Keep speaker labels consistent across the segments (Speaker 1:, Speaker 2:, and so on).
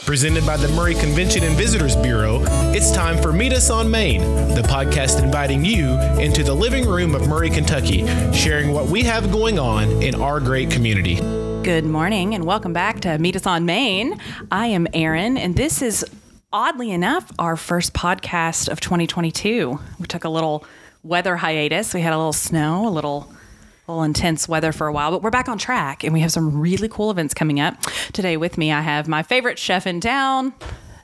Speaker 1: Presented by the Murray Convention and Visitors Bureau, it's time for Meet Us on Main, the podcast inviting you into the living room of Murray, Kentucky, sharing what we have going on in our great community.
Speaker 2: Good morning and welcome back to Meet Us on Maine. I am Erin, and this is oddly enough our first podcast of 2022. We took a little weather hiatus. We had a little snow, a little little intense weather for a while, but we're back on track and we have some really cool events coming up. Today with me I have my favorite chef in town,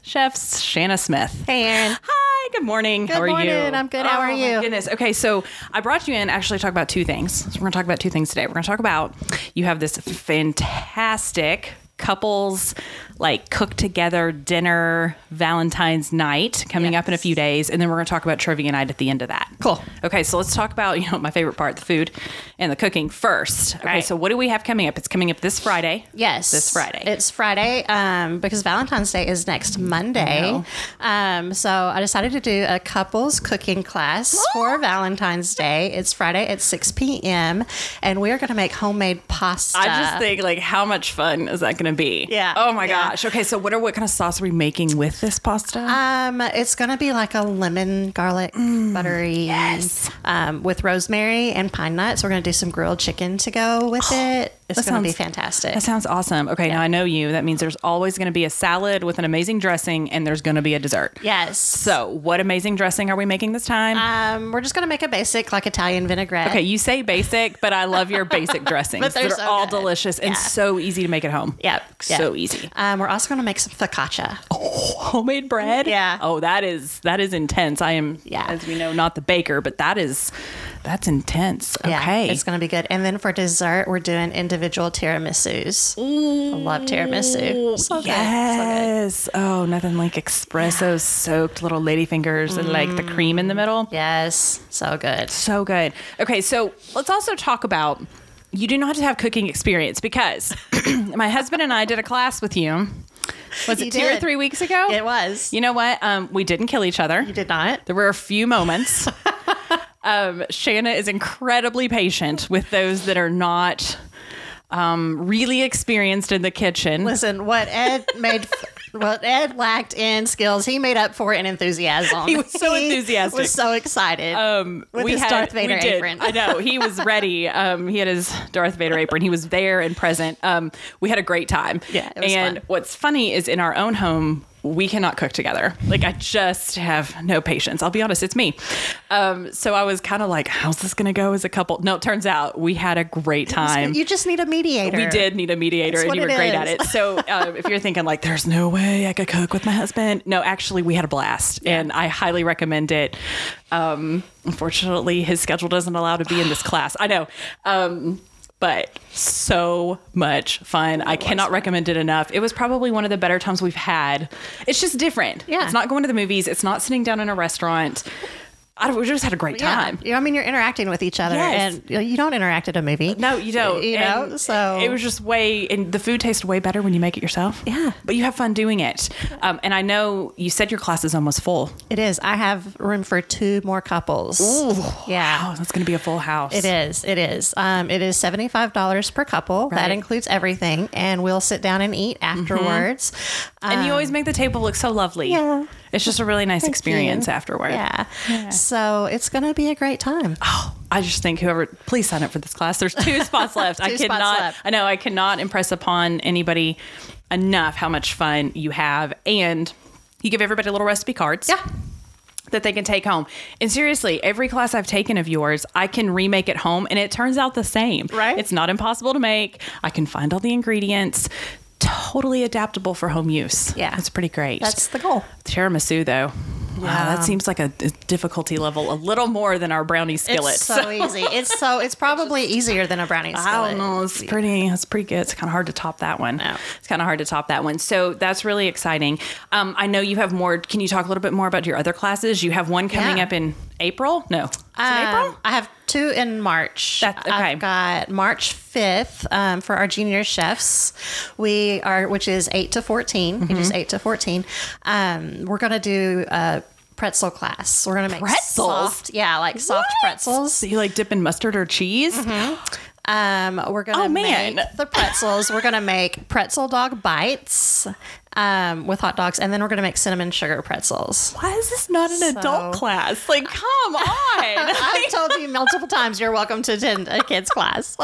Speaker 2: Chef Shanna Smith.
Speaker 3: Hey, Aaron.
Speaker 2: Hi, good morning. How are you?
Speaker 3: morning. I'm good. How
Speaker 2: Oh,
Speaker 3: are
Speaker 2: my
Speaker 3: you?
Speaker 2: goodness. Okay, so I brought you in actually to talk about two things. So we're going to talk about two things today. We're going to talk about you have this fantastic couples like cook together dinner Valentine's night coming up in a few days, and then we're going to talk about trivia night at the end of that.
Speaker 3: Cool.
Speaker 2: Okay, so let's talk about you know my favorite part, the food and the cooking first. Okay,
Speaker 3: Right.
Speaker 2: so what do we have coming up? It's coming up this Friday.
Speaker 3: Yes.
Speaker 2: this Friday.
Speaker 3: It's Friday um, because Valentine's Day is next Monday. Um, so I decided to do a couples cooking class for Valentine's Day. It's Friday at 6 p.m. And we're going to make homemade pasta.
Speaker 2: I just think like how much fun is that going to be?
Speaker 3: Yeah.
Speaker 2: Oh my
Speaker 3: Yeah.
Speaker 2: gosh. Okay, so what are what kind of sauce are we making with this pasta?
Speaker 3: Um, it's gonna be like a lemon garlic
Speaker 2: Mm.
Speaker 3: buttery, yes, um, with rosemary and pine nuts. We're gonna do some grilled chicken to go with it. It's gonna be
Speaker 2: sounds-
Speaker 3: fantastic.
Speaker 2: That sounds awesome. Okay, now I know you. That means there's always going to be a salad with an amazing dressing, and there's going to be a dessert.
Speaker 3: yes.
Speaker 2: So, what amazing dressing are we making this time?
Speaker 3: Um, we're just gonna make a basic like Italian vinaigrette.
Speaker 2: okay, you say basic, but I love your basic dressings.
Speaker 3: But they're
Speaker 2: They're
Speaker 3: so
Speaker 2: all
Speaker 3: good.
Speaker 2: delicious and
Speaker 3: Yeah.
Speaker 2: so easy to make at home.
Speaker 3: Yep.
Speaker 2: So
Speaker 3: yep.
Speaker 2: easy.
Speaker 3: Um, we're also gonna make some focaccia.
Speaker 2: Homemade bread.
Speaker 3: Yeah.
Speaker 2: Oh, that is that is intense. I am
Speaker 3: Yeah.
Speaker 2: as we know, not the baker, but that is that's intense.
Speaker 3: Yeah,
Speaker 2: Okay.
Speaker 3: it's gonna be good. And then for dessert, we're doing individual tiramisus. I love tiramisu. So good, so good.
Speaker 2: yes. Oh, nothing like espresso soaked little lady fingers and like the cream in the middle.
Speaker 3: Yes, so good.
Speaker 2: So good. Okay, so let's also talk about you do not have to have cooking experience because my husband and I did a class with you. Was it
Speaker 3: You
Speaker 2: two or
Speaker 3: did.
Speaker 2: three weeks ago?
Speaker 3: It was.
Speaker 2: You know what? Um, we didn't kill each other.
Speaker 3: You did not.
Speaker 2: There were a few moments. um, Shanna is incredibly patient with those that are not um, really experienced in the kitchen.
Speaker 3: Listen, what Ed made, what Ed lacked in skills, he made up for in enthusiasm.
Speaker 2: He was so
Speaker 3: He
Speaker 2: enthusiastic.
Speaker 3: was so excited. Um, with his Darth Vader
Speaker 2: we did.
Speaker 3: apron.
Speaker 2: I know he was ready. Um, he had his Darth Vader apron. He was there and present. Um, we had a great time.
Speaker 3: Yeah, it was
Speaker 2: and
Speaker 3: fun.
Speaker 2: what's funny is in our own home. We cannot cook together. Like I just have no patience. I'll be honest, it's me. Um, so I was kind of like, "How's this going to go as a couple?" No, it turns out we had a great time.
Speaker 3: You just need a mediator.
Speaker 2: We did need a mediator,
Speaker 3: That's
Speaker 2: and
Speaker 3: what
Speaker 2: you were
Speaker 3: it
Speaker 2: great at
Speaker 3: is.
Speaker 2: it. So, um, if you're thinking like, "There's no way I could cook with my husband," no, actually, we had a blast, and I highly recommend it. Um, unfortunately, his schedule doesn't allow to be in this class. I know. Um, but so much fun. I cannot recommend it enough. It was probably one of the better times we've had. It's just different.
Speaker 3: Yeah.
Speaker 2: It's not going to the movies, it's not sitting down in a restaurant. I, we just had a great
Speaker 3: Yeah.
Speaker 2: time.
Speaker 3: You know, I mean, you're interacting with each other,
Speaker 2: Yes.
Speaker 3: and you, know, you don't interact at a movie.
Speaker 2: No, you don't.
Speaker 3: You know,
Speaker 2: And
Speaker 3: so-
Speaker 2: it was just way, and the food tasted way better when you make it yourself.
Speaker 3: Yeah.
Speaker 2: but you have fun doing it. Um, and I know you said your class is almost full.
Speaker 3: It is. I have room for two more couples. yeah.
Speaker 2: Oh, that's going to be a full house.
Speaker 3: It is. It is. Um, it is seventy five dollars per couple.
Speaker 2: Right. Mm-hmm.
Speaker 3: That includes everything, and we'll sit down and eat afterwards. Um,
Speaker 2: And you always make the table look so lovely.
Speaker 3: Yeah.
Speaker 2: It's just a really nice experience
Speaker 3: you.
Speaker 2: afterward.
Speaker 3: Yeah. So it's going to be a great time.
Speaker 2: Oh, I just think whoever, please sign up for this class. There's two spots left. I
Speaker 3: Two spots
Speaker 2: cannot,
Speaker 3: left.
Speaker 2: I know, I cannot impress upon anybody enough how much fun you have. And you give everybody little recipe cards.
Speaker 3: Yeah.
Speaker 2: that they can take home. And seriously, every class I've taken of yours, I can remake at home and it turns out the same.
Speaker 3: Right.
Speaker 2: It's not impossible to make. I can find all the ingredients. Totally adaptable for home use.
Speaker 3: Yeah.
Speaker 2: That's pretty great.
Speaker 3: That's the goal.
Speaker 2: tiramisu though. Wow, that
Speaker 3: Yeah.
Speaker 2: seems like a a difficulty level a little more than our brownie skillet.
Speaker 3: It's so easy. It's so it's probably easier than a brownie skillet.
Speaker 2: I don't know. It's pretty. It's pretty good. It's kind of hard to top that one.
Speaker 3: No.
Speaker 2: It's kind of hard to top that one. So that's really exciting. Um, I know you have more. Can you talk a little bit more about your other classes? You have one coming
Speaker 3: Yeah.
Speaker 2: up in April. No, Is it April.
Speaker 3: Um, I have two in March.
Speaker 2: That's- okay.
Speaker 3: I've got March 5th um, for our junior chefs. We are, which is 8 to 14,
Speaker 2: Mm-hmm.
Speaker 3: ages 8 to 14. Um, we're going to do a pretzel class. We're going to make
Speaker 2: Pretzels?
Speaker 3: soft, yeah, like soft
Speaker 2: What?
Speaker 3: pretzels.
Speaker 2: So
Speaker 3: Mm-hmm.
Speaker 2: you like dip in mustard or cheese?
Speaker 3: Um, we're gonna
Speaker 2: Oh, man.
Speaker 3: make the pretzels. we're gonna make pretzel dog bites um, with hot dogs, and then we're gonna make cinnamon sugar pretzels.
Speaker 2: Why is this not an adult
Speaker 3: So-
Speaker 2: class? Like, come on.
Speaker 3: I've told you multiple times you're welcome to attend a kids class.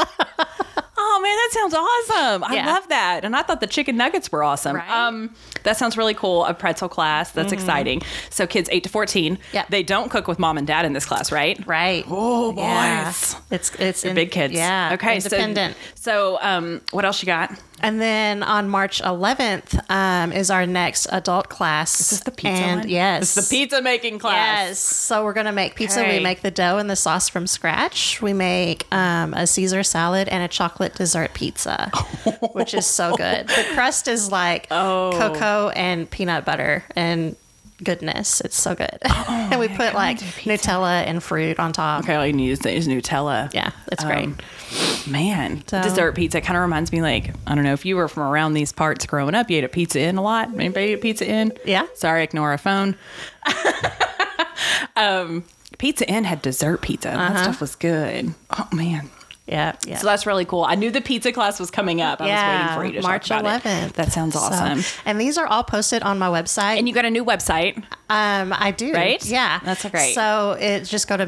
Speaker 2: Oh man, that sounds awesome! I
Speaker 3: Yeah.
Speaker 2: love that, and I thought the chicken nuggets were awesome.
Speaker 3: Right? Mm-hmm.
Speaker 2: Um, that sounds really cool. A pretzel class, that's exciting. So kids eight to fourteen,
Speaker 3: Yep.
Speaker 2: they don't cook with mom and dad in this class, right?
Speaker 3: right.
Speaker 2: Oh boys,
Speaker 3: Yeah. It's it's in-
Speaker 2: big kids.
Speaker 3: Yeah.
Speaker 2: okay, so-
Speaker 3: Independent.
Speaker 2: So, um, what else you got?
Speaker 3: And then on March 11th um, is our next adult class. Is
Speaker 2: this the pizza
Speaker 3: and
Speaker 2: one?
Speaker 3: Yes.
Speaker 2: It's the pizza making class.
Speaker 3: Yes. So we're going to make pizza.
Speaker 2: Okay.
Speaker 3: We make the dough and the sauce from scratch. We make um, a Caesar salad and a chocolate dessert pizza, which is so good. The crust is like
Speaker 2: Oh.
Speaker 3: cocoa and peanut butter and goodness. It's so good.
Speaker 2: Oh
Speaker 3: and we put like Nutella and fruit on top.
Speaker 2: Okay, Um, all you need is, is Nutella.
Speaker 3: Yeah, it's great.
Speaker 2: man. Dessert pizza kind of reminds me, like, I don't know if you were from around these parts growing up, you ate a Pizza Inn a lot. Anybody ate a Pizza Inn?
Speaker 3: Yeah.
Speaker 2: Sorry, ignore our phone. um, pizza Inn had dessert pizza. That stuff was good. Oh man.
Speaker 3: Yeah. Uh-huh. Yeah.
Speaker 2: So that's really cool. I knew the pizza class was coming up. I was waiting for you to
Speaker 3: March
Speaker 2: talk about it.
Speaker 3: 11th.
Speaker 2: That sounds
Speaker 3: So-
Speaker 2: awesome.
Speaker 3: and these are all posted on my website.
Speaker 2: And you got a new website.
Speaker 3: Um, I do.
Speaker 2: Right?
Speaker 3: Yeah.
Speaker 2: That's great.
Speaker 3: So it's just go to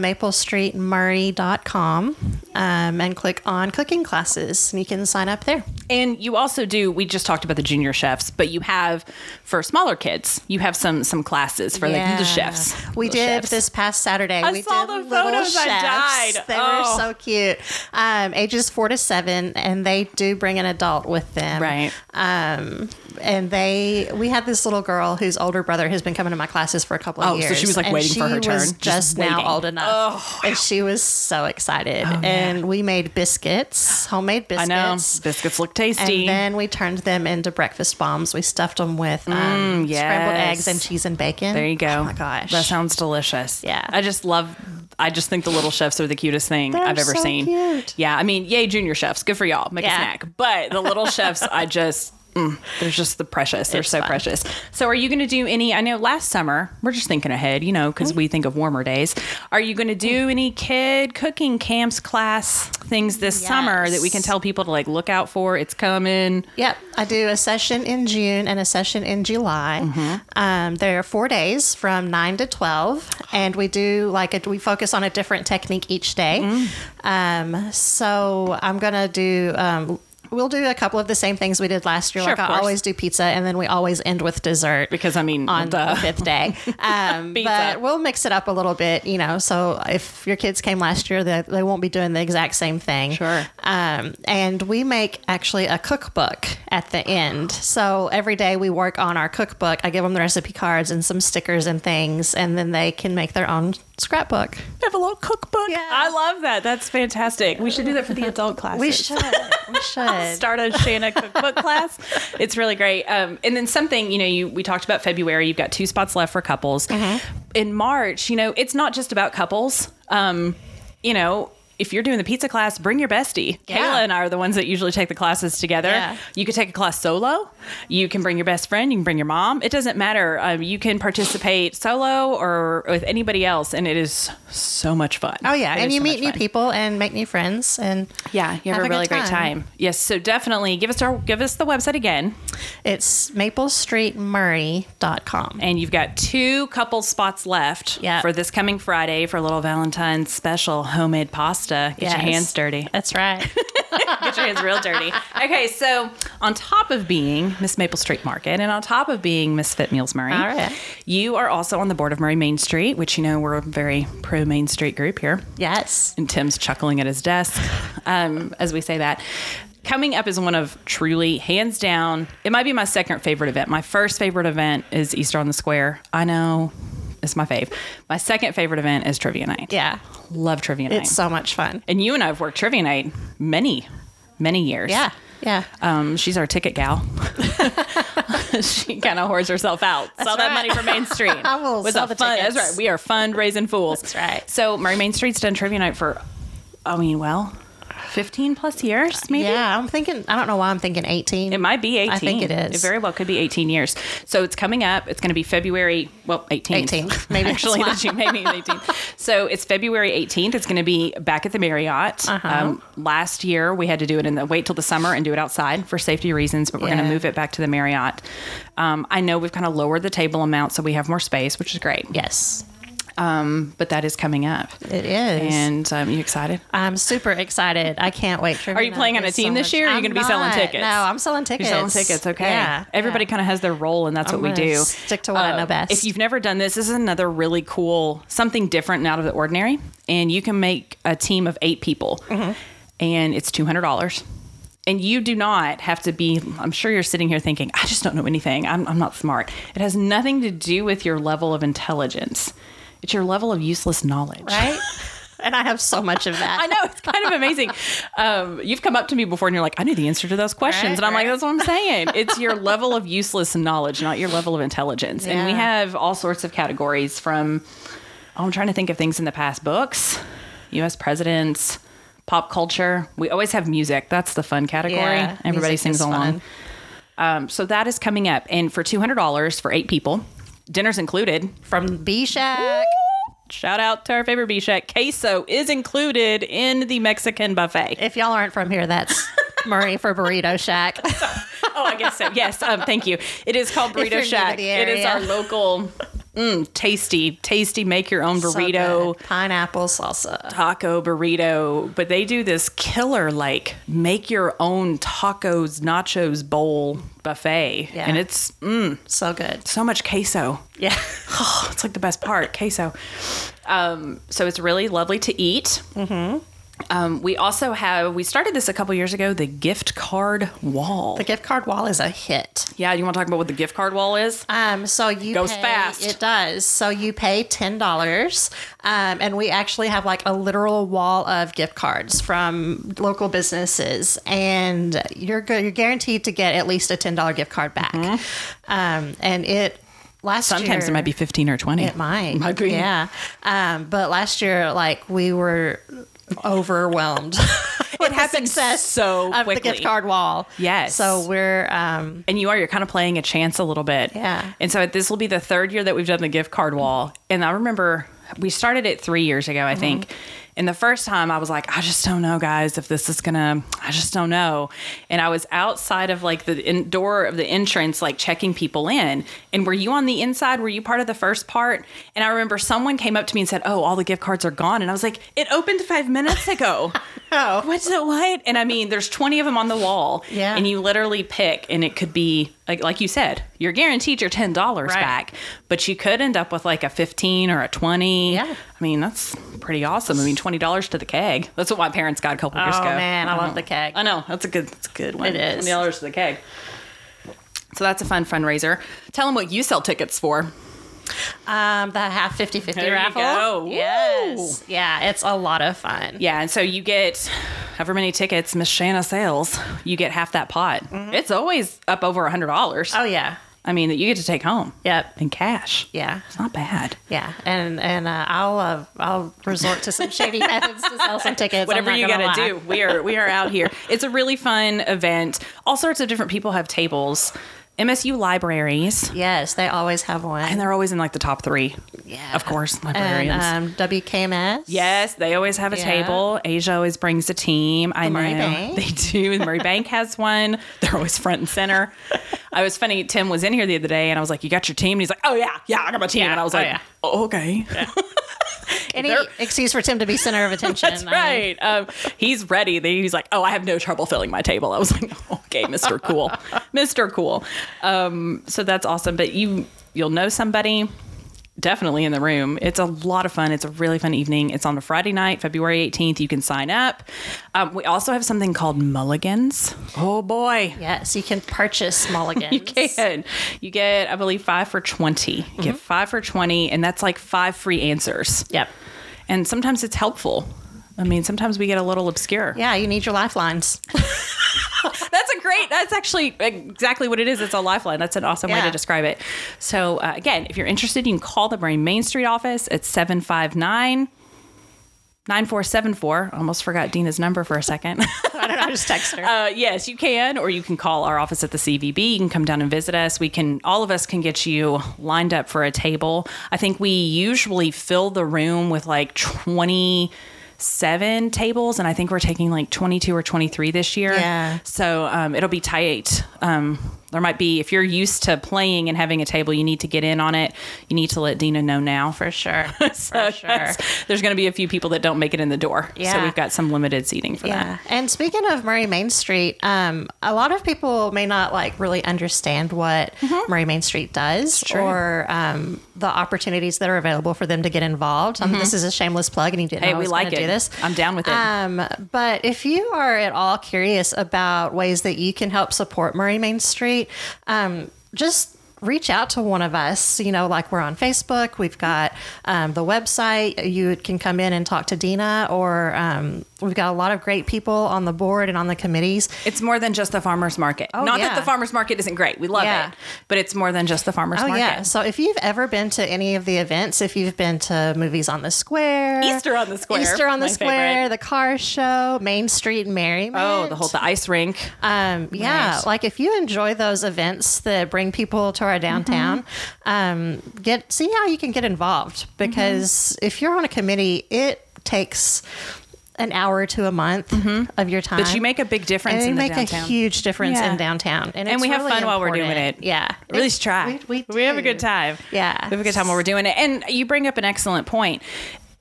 Speaker 3: maplestreetmurray.com um, and click on cooking classes and you can sign up there.
Speaker 2: And you also do. We just talked about the junior chefs, but you have for smaller kids. You have some some classes for like the chefs.
Speaker 3: We
Speaker 2: Little
Speaker 3: did
Speaker 2: chefs.
Speaker 3: this past Saturday.
Speaker 2: I
Speaker 3: we
Speaker 2: saw
Speaker 3: did
Speaker 2: the
Speaker 3: Little
Speaker 2: photos. I
Speaker 3: Chefs.
Speaker 2: died.
Speaker 3: They
Speaker 2: Oh.
Speaker 3: were so cute. Um, ages four to seven, and they do bring an adult with them.
Speaker 2: Right.
Speaker 3: Um, and they, we had this little girl whose older brother has been coming to my classes for a couple of
Speaker 2: Oh,
Speaker 3: years.
Speaker 2: so she was, like,
Speaker 3: and
Speaker 2: waiting for her
Speaker 3: she
Speaker 2: turn,
Speaker 3: Was
Speaker 2: just
Speaker 3: just, now
Speaker 2: waiting. Oh,
Speaker 3: old enough, and she was so excited. and we made biscuits, homemade
Speaker 2: I
Speaker 3: biscuits.
Speaker 2: know biscuits look tasty.
Speaker 3: And then we turned them into breakfast bombs. We stuffed them with um,
Speaker 2: Mm,
Speaker 3: scrambled
Speaker 2: yes.
Speaker 3: eggs and cheese and bacon.
Speaker 2: there you go.
Speaker 3: Oh my gosh.
Speaker 2: that sounds delicious.
Speaker 3: Yeah.
Speaker 2: I just love. I just think the little chefs are the cutest thing
Speaker 3: They're
Speaker 2: I've ever
Speaker 3: so
Speaker 2: seen.
Speaker 3: cute.
Speaker 2: Yeah, I mean, yay, junior chefs, good for y'all, make a
Speaker 3: Yeah.
Speaker 2: snack. But the little chefs, I just. Mm, they're just the precious. They're
Speaker 3: It's
Speaker 2: so
Speaker 3: fun.
Speaker 2: precious. So, are you going to do any? I know last summer we're just thinking ahead, you know, because we think of warmer days. Are you going to do any kid cooking camps class things this summer that we can
Speaker 3: Yes.
Speaker 2: tell people to like look out for? It's coming.
Speaker 3: Yep, I do a session in June and a session in July.
Speaker 2: Mm-hmm.
Speaker 3: Um, there are four days from nine to twelve, and we do like a, we focus on a different technique each day.
Speaker 2: Mm-hmm.
Speaker 3: Um, so I'm gonna do. Um, We'll do a couple of the same things we did last year.
Speaker 2: Sure,
Speaker 3: like
Speaker 2: of
Speaker 3: I
Speaker 2: course.
Speaker 3: always do pizza, and then we always end with dessert
Speaker 2: Because, I mean,
Speaker 3: on
Speaker 2: duh.
Speaker 3: the fifth day. Um,
Speaker 2: Pizza.
Speaker 3: but we'll mix it up a little bit, you know. So if your kids came last year, they, they won't be doing the exact same thing.
Speaker 2: Sure.
Speaker 3: Um, and we make actually a cookbook at the end. So every day we work on our cookbook. I give them the recipe cards and some stickers and things, and then they can make their own scrapbook.
Speaker 2: have a little cookbook.
Speaker 3: Yeah.
Speaker 2: I love that. That's fantastic. We should do that for the adult classes.
Speaker 3: We should. We should.
Speaker 2: start a Shanna cookbook class. It's really great. Um, and then something, you know, you we talked about February. You've got two spots left for couples.
Speaker 3: Mm-hmm.
Speaker 2: In March, you know, it's not just about couples. Um, you know. If you're doing the pizza class, bring your bestie.
Speaker 3: Yeah.
Speaker 2: Kayla and I are the ones that usually take the classes together.
Speaker 3: Yeah.
Speaker 2: You could take a class solo. You can bring your best friend. You can bring your mom. It doesn't matter. Um, you can participate solo or with anybody else, and it is so much fun.
Speaker 3: Oh yeah,
Speaker 2: It
Speaker 3: and
Speaker 2: is
Speaker 3: you
Speaker 2: so
Speaker 3: meet
Speaker 2: much
Speaker 3: new
Speaker 2: fun.
Speaker 3: people and make new friends, and
Speaker 2: Yeah, you have, a
Speaker 3: Have a good
Speaker 2: really great
Speaker 3: time.
Speaker 2: time. Yes, so definitely give us our give us the website again,
Speaker 3: it's maplestreetmurray.com.
Speaker 2: and you've got two couple spots left
Speaker 3: Yeah.
Speaker 2: for this coming Friday for a little Valentine's special homemade pasta. Get your
Speaker 3: Yes.
Speaker 2: hands dirty.
Speaker 3: That's right.
Speaker 2: Get your hands real dirty. Okay, so on top of being Miss Maple Street Market, and on top of being Miss Fit Meals Murray,
Speaker 3: All right.
Speaker 2: you are also on the board of Murray Main Street, which you know we're a very pro Main Street group here.
Speaker 3: yes.
Speaker 2: And Tim's chuckling at his desk um, as we say that. Coming up is one of truly, hands down, it might be my second favorite event. My first favorite event is Easter on the Square. I know it's my fave. My second favorite event is Trivia Night.
Speaker 3: Yeah.
Speaker 2: Love Trivia Night.
Speaker 3: It's so much fun.
Speaker 2: and you and I have worked Trivia Night many, many years.
Speaker 3: Yeah. Yeah.
Speaker 2: Um, she's our ticket gal. she kind of whores herself out. Sell that
Speaker 3: right.
Speaker 2: money for Main Street.
Speaker 3: I will
Speaker 2: Was
Speaker 3: sell
Speaker 2: a
Speaker 3: the
Speaker 2: fun,
Speaker 3: tickets.
Speaker 2: That's right. We are fundraising fools.
Speaker 3: That's right.
Speaker 2: So Murray Main Street's done trivia night for, I mean, well, 15 plus years, maybe?
Speaker 3: Uh, Yeah, I'm thinking. I don't know why I'm thinking 18.
Speaker 2: It might be 18.
Speaker 3: I think it is.
Speaker 2: It very well could be 18 years. So it's coming up. It's going to be February, well, 18th.
Speaker 3: 18th. Maybe that's
Speaker 2: Actually,
Speaker 3: why.
Speaker 2: that you maybe 18th. So it's February 18th. It's going to be back at the Marriott.
Speaker 3: Uh-huh.
Speaker 2: Um, last year, we had to do it in the wait till the summer and do it outside for safety reasons, but we're going
Speaker 3: Yeah.
Speaker 2: to move it back to the Marriott. Um, I know we've kind of lowered the table amount so we have more space, which is great.
Speaker 3: Yes,
Speaker 2: Um, but that is coming up.
Speaker 3: it is.
Speaker 2: And um, you excited?
Speaker 3: I'm super excited. I can't wait.
Speaker 2: Are you playing on a team this year, or are you gonna be selling tickets?
Speaker 3: No, I'm selling tickets.
Speaker 2: You're selling tickets, okay.
Speaker 3: Yeah.
Speaker 2: Everybody
Speaker 3: yeah.
Speaker 2: kind of has their role, and that's
Speaker 3: I'm
Speaker 2: what we
Speaker 3: gonna
Speaker 2: do. Um,
Speaker 3: stick to what I know best.
Speaker 2: If you've never done this, this is another really cool, something different and out of the ordinary. And you can make a team of eight people,
Speaker 3: Mm-hmm.
Speaker 2: and it's $200. And you do not have to be, I'm sure you're sitting here thinking, I just don't know anything. I'm, I'm not smart. It has nothing to do with your level of intelligence, it's your level of useless knowledge.
Speaker 3: right? and I have so much of that.
Speaker 2: I know it's kind of amazing. Um, you've come up to me before and you're like, I knew the answer to those questions,
Speaker 3: Right,
Speaker 2: and I'm like,
Speaker 3: right.
Speaker 2: that's what I'm saying. It's your level of useless knowledge, not your level of intelligence. And we
Speaker 3: Yeah.
Speaker 2: have all sorts of categories from. Oh, I'm trying to think of things in the past: books, U.S. presidents, pop culture. We always have music. That's the fun category.
Speaker 3: Yeah,
Speaker 2: Everybody
Speaker 3: music
Speaker 2: sings
Speaker 3: is
Speaker 2: along.
Speaker 3: fun.
Speaker 2: Um, so that is coming up, and for two hundred dollars for eight people, dinner's included.
Speaker 3: From B Shack.
Speaker 2: Shout out to our favorite B Shack. Queso is included in the Mexican buffet.
Speaker 3: If y'all aren't from here, that's Murray for Burrito Shack.
Speaker 2: Oh, I guess so. Yes. Um, thank you. It is called
Speaker 3: If you're
Speaker 2: Burrito
Speaker 3: new to
Speaker 2: Shack.
Speaker 3: the
Speaker 2: It is
Speaker 3: area.
Speaker 2: our local, mm, tasty, tasty, make your own
Speaker 3: So
Speaker 2: burrito,
Speaker 3: good. pineapple salsa.
Speaker 2: taco burrito. But they do this killer, like, make your own tacos, nachos bowl buffet.
Speaker 3: Yeah.
Speaker 2: And it's mm,
Speaker 3: So good.
Speaker 2: so much queso.
Speaker 3: Yeah.
Speaker 2: Oh, it's like the best part queso. Um, so it's really lovely to eat. Mm-hmm. Um, we also have, we started this a couple years ago, the gift card wall.
Speaker 3: The gift card wall is a hit.
Speaker 2: yeah, you want to talk about what the gift card wall is?
Speaker 3: Um, so you
Speaker 2: Goes
Speaker 3: pay-
Speaker 2: fast.
Speaker 3: It does. So you pay ten dollars, um, and we actually have like a literal wall of gift cards from local businesses, and you're gu- you're guaranteed to get at least a ten dollar gift card back. Um, and it last
Speaker 2: Mm-hmm. Sometimes
Speaker 3: year,
Speaker 2: it might be 15 or 20.
Speaker 3: it might
Speaker 2: Might be.
Speaker 3: yeah. Um, but last year, like we were overwhelmed. It
Speaker 2: happened so
Speaker 3: of the
Speaker 2: quickly.
Speaker 3: gift card wall.
Speaker 2: Yes.
Speaker 3: So we're um,
Speaker 2: And you are, you're kind of playing a chance a little bit.
Speaker 3: Yeah.
Speaker 2: And so this will be the third year that we've done the gift card wall. And I remember we started it three years ago, I think.
Speaker 3: Mm-hmm.
Speaker 2: And the first time I was like, I just don't know, guys, if this is gonna, I just don't know. And I was outside of like the in- door of the entrance, like checking people in. And were you on the inside? Were you part of the first part? And I remember someone came up to me and said, Oh, all the gift cards are gone. And I was like, It opened five minutes ago.
Speaker 3: oh
Speaker 2: What's it what? And I mean, there's 20 of them on the wall.
Speaker 3: Yeah.
Speaker 2: And you literally pick, and it could be like like you said, you're guaranteed your ten dollars
Speaker 3: Right.
Speaker 2: back, but you could end up with like a 15 or a 20.
Speaker 3: Yeah.
Speaker 2: I mean, that's pretty awesome. I mean, twenty dollars to the keg. That's what my parents got a couple years
Speaker 3: Oh,
Speaker 2: ago.
Speaker 3: man, I love the keg.
Speaker 2: I know that's a good that's a good one.
Speaker 3: It is.
Speaker 2: twenty dollars to the keg. So that's a fun fundraiser. Tell them what you sell tickets for.
Speaker 3: Um, the half 50 50
Speaker 2: There you
Speaker 3: raffle.
Speaker 2: go. Woo!
Speaker 3: Yes. Yeah, it's a lot of fun.
Speaker 2: Yeah, and so you get however many tickets Miss Shanna sells, you get half that pot.
Speaker 3: Mm-hmm.
Speaker 2: It's always up over a hundred dollars.
Speaker 3: Oh, yeah.
Speaker 2: I mean, that you get to take home.
Speaker 3: Yep.
Speaker 2: In cash.
Speaker 3: Yeah.
Speaker 2: It's not bad.
Speaker 3: Yeah. And and uh, I'll uh, I'll resort to some shady methods to sell some tickets.
Speaker 2: Whatever you
Speaker 3: got
Speaker 2: gotta
Speaker 3: to
Speaker 2: do, we are we are out here. It's a really fun event. All sorts of different people have tables. MSU libraries,
Speaker 3: Yes, they always have one.
Speaker 2: and they're always in like the top three.
Speaker 3: yeah.
Speaker 2: Of course,
Speaker 3: And
Speaker 2: librarians.
Speaker 3: um, WKMS.
Speaker 2: Yes, they always have a
Speaker 3: Yeah.
Speaker 2: table. Asia always brings a team. I
Speaker 3: Murray
Speaker 2: know
Speaker 3: Bank.
Speaker 2: they do. And Murray Bank has one. They're always front and center. I was funny. Tim was in here the other day, and I was like, "You got your team?" And he's like, "Oh yeah, yeah, I got my team."
Speaker 3: Yeah.
Speaker 2: And I was
Speaker 3: Oh,
Speaker 2: like,
Speaker 3: yeah.
Speaker 2: "Oh, "Okay,
Speaker 3: Any
Speaker 2: They're-
Speaker 3: excuse for Tim to be center of attention.
Speaker 2: that's
Speaker 3: I mean,
Speaker 2: right." Um, he's ready. They- He's like, "Oh, I have no trouble filling my table." I was like, "Okay, Mister Cool, Mister Cool." Um, so that's awesome. But you you'll know somebody. Definitely in the room. It's a lot of fun. It's a really fun evening. It's on a Friday night, February 18th. You can sign up. Um, we also have something called Mulligans. Oh boy.
Speaker 3: Yes, you can purchase mulligans.
Speaker 2: You can. You get, I believe, five for 20. You get five for 20, and that's like five free answers.
Speaker 3: Yep.
Speaker 2: And sometimes it's helpful. I mean, sometimes we get a little obscure.
Speaker 3: Yeah, you need your lifelines.
Speaker 2: That's a great, that's actually exactly what it is. It's a lifeline. That's an awesome way
Speaker 3: Yeah.
Speaker 2: to describe it. So, uh, again, if you're interested, you can call the Brain Main Street office at 759 9474. Almost forgot Dina's number for a second.
Speaker 3: I don't know. I just text her.
Speaker 2: Uh, yes, you can, or you can call our office at the CVB. You can come down and visit us. We can, all of us can get you lined up for a table. I think we usually fill the room with like 27 tables, and I think we're taking like 22 or 23 this year.
Speaker 3: Yeah.
Speaker 2: So um, it'll be tight. Um, there might be, if you're used to playing and having a table, you need to get in on it. You need to let Dina know now.
Speaker 3: for sure.
Speaker 2: So
Speaker 3: for sure.
Speaker 2: that's- There's going to be a few people that don't make it in the door. So
Speaker 3: Yeah.
Speaker 2: we've got some limited seating for that.
Speaker 3: Yeah. And speaking of Murray Main Street, um, a lot of people may not like really understand what Murray Main Street does
Speaker 2: Mm-hmm. true.
Speaker 3: or um, the opportunities that are available for them to get involved. Um, This is a shameless plug, and you didn't.
Speaker 2: Mm-hmm. Hey,
Speaker 3: know I
Speaker 2: we
Speaker 3: was
Speaker 2: like
Speaker 3: gonna
Speaker 2: it.
Speaker 3: Do this.
Speaker 2: I'm down with it.
Speaker 3: Um, but if you are at all curious about ways that you can help support Murray Main Street, um, just reach out to one of us. You know, like we're on Facebook, we've got um, the website. You can come in and talk to Dina, or um, we've got a lot of great people on the board and on the committees.
Speaker 2: It's more than just the farmers market. Not that
Speaker 3: Oh, yeah.
Speaker 2: the farmers market isn't great. We love
Speaker 3: Yeah.
Speaker 2: it. But it's more than just the farmers
Speaker 3: Oh
Speaker 2: market.
Speaker 3: yeah! So if you've ever been to any of the events, if you've been to movies on the square,
Speaker 2: Easter on the Square,
Speaker 3: Easter on the
Speaker 2: my
Speaker 3: square,
Speaker 2: favorite.
Speaker 3: the car show, Main Street Merriment.
Speaker 2: Oh, the whole the ice rink.
Speaker 3: Um, yeah,
Speaker 2: Nice.
Speaker 3: like if you enjoy those events that bring people to our downtown,
Speaker 2: Mm-hmm.
Speaker 3: um, get see how you can get involved because if you're on a committee, it takes an hour to a month of your time.
Speaker 2: Mm-hmm. But you make a big difference
Speaker 3: and you
Speaker 2: in the
Speaker 3: make
Speaker 2: downtown.
Speaker 3: a huge difference
Speaker 2: Yeah.
Speaker 3: in downtown,
Speaker 2: and
Speaker 3: and, it's
Speaker 2: we have
Speaker 3: really
Speaker 2: fun while we're doing
Speaker 3: important.
Speaker 2: it.
Speaker 3: Yeah,
Speaker 2: At least try.
Speaker 3: It's- We, we,
Speaker 2: have a
Speaker 3: do.
Speaker 2: good time.
Speaker 3: Yeah.
Speaker 2: We have a good time while we're doing it. And you bring up an excellent point.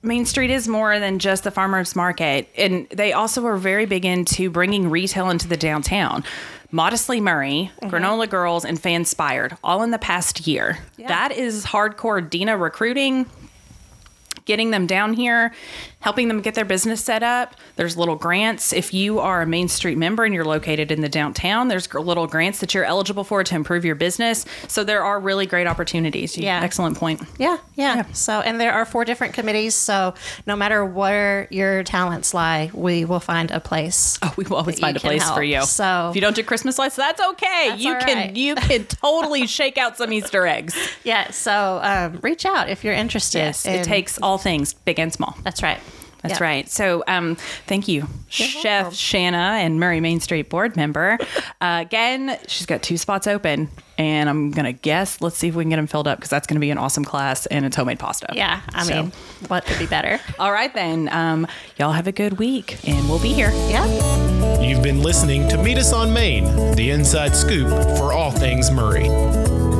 Speaker 2: Main Street is more than just the farmers market. And they also are very big into bringing retail into the downtown. Modestly Murray,
Speaker 3: Mm-hmm.
Speaker 2: Granola Girls, and Fanspired, all in the past year. That is hardcore Dina recruiting getting them down here, helping them get their business set up. There's little grants. If you are a Main Street member and you're located in the downtown, there's gr- little grants that you're eligible for to improve your business. So there are really great opportunities. You-
Speaker 3: Yeah.
Speaker 2: Excellent point.
Speaker 3: Yeah, yeah, So, and there are four different committees. So, no matter where your talents lie, we will find a place.
Speaker 2: Oh, we will always
Speaker 3: That you
Speaker 2: find a
Speaker 3: can
Speaker 2: place for
Speaker 3: help.
Speaker 2: you.
Speaker 3: So-
Speaker 2: if you don't do Christmas lights, that's okay.
Speaker 3: That's
Speaker 2: you
Speaker 3: all
Speaker 2: can
Speaker 3: right.
Speaker 2: you can totally shake out some Easter eggs.
Speaker 3: Yeah. So, um, reach out if you're interested.
Speaker 2: Yes, it
Speaker 3: And-
Speaker 2: takes all things, big and small.
Speaker 3: That's right.
Speaker 2: That's
Speaker 3: Yeah.
Speaker 2: right. So, um, thank you, Chef
Speaker 3: welcome.
Speaker 2: Shanna and Murray Main Street board member. Uh, again, she's got two spots open, and I'm gonna guess. Let's see if we can get them filled up because that's gonna be an awesome class, and it's homemade pasta.
Speaker 3: Yeah. I
Speaker 2: So-
Speaker 3: mean, what could be better?
Speaker 2: all right then. Um, y'all have a good week, and we'll be here.
Speaker 3: Yeah.
Speaker 1: You've been listening to Meet Us on Main, the inside scoop for all things Murray.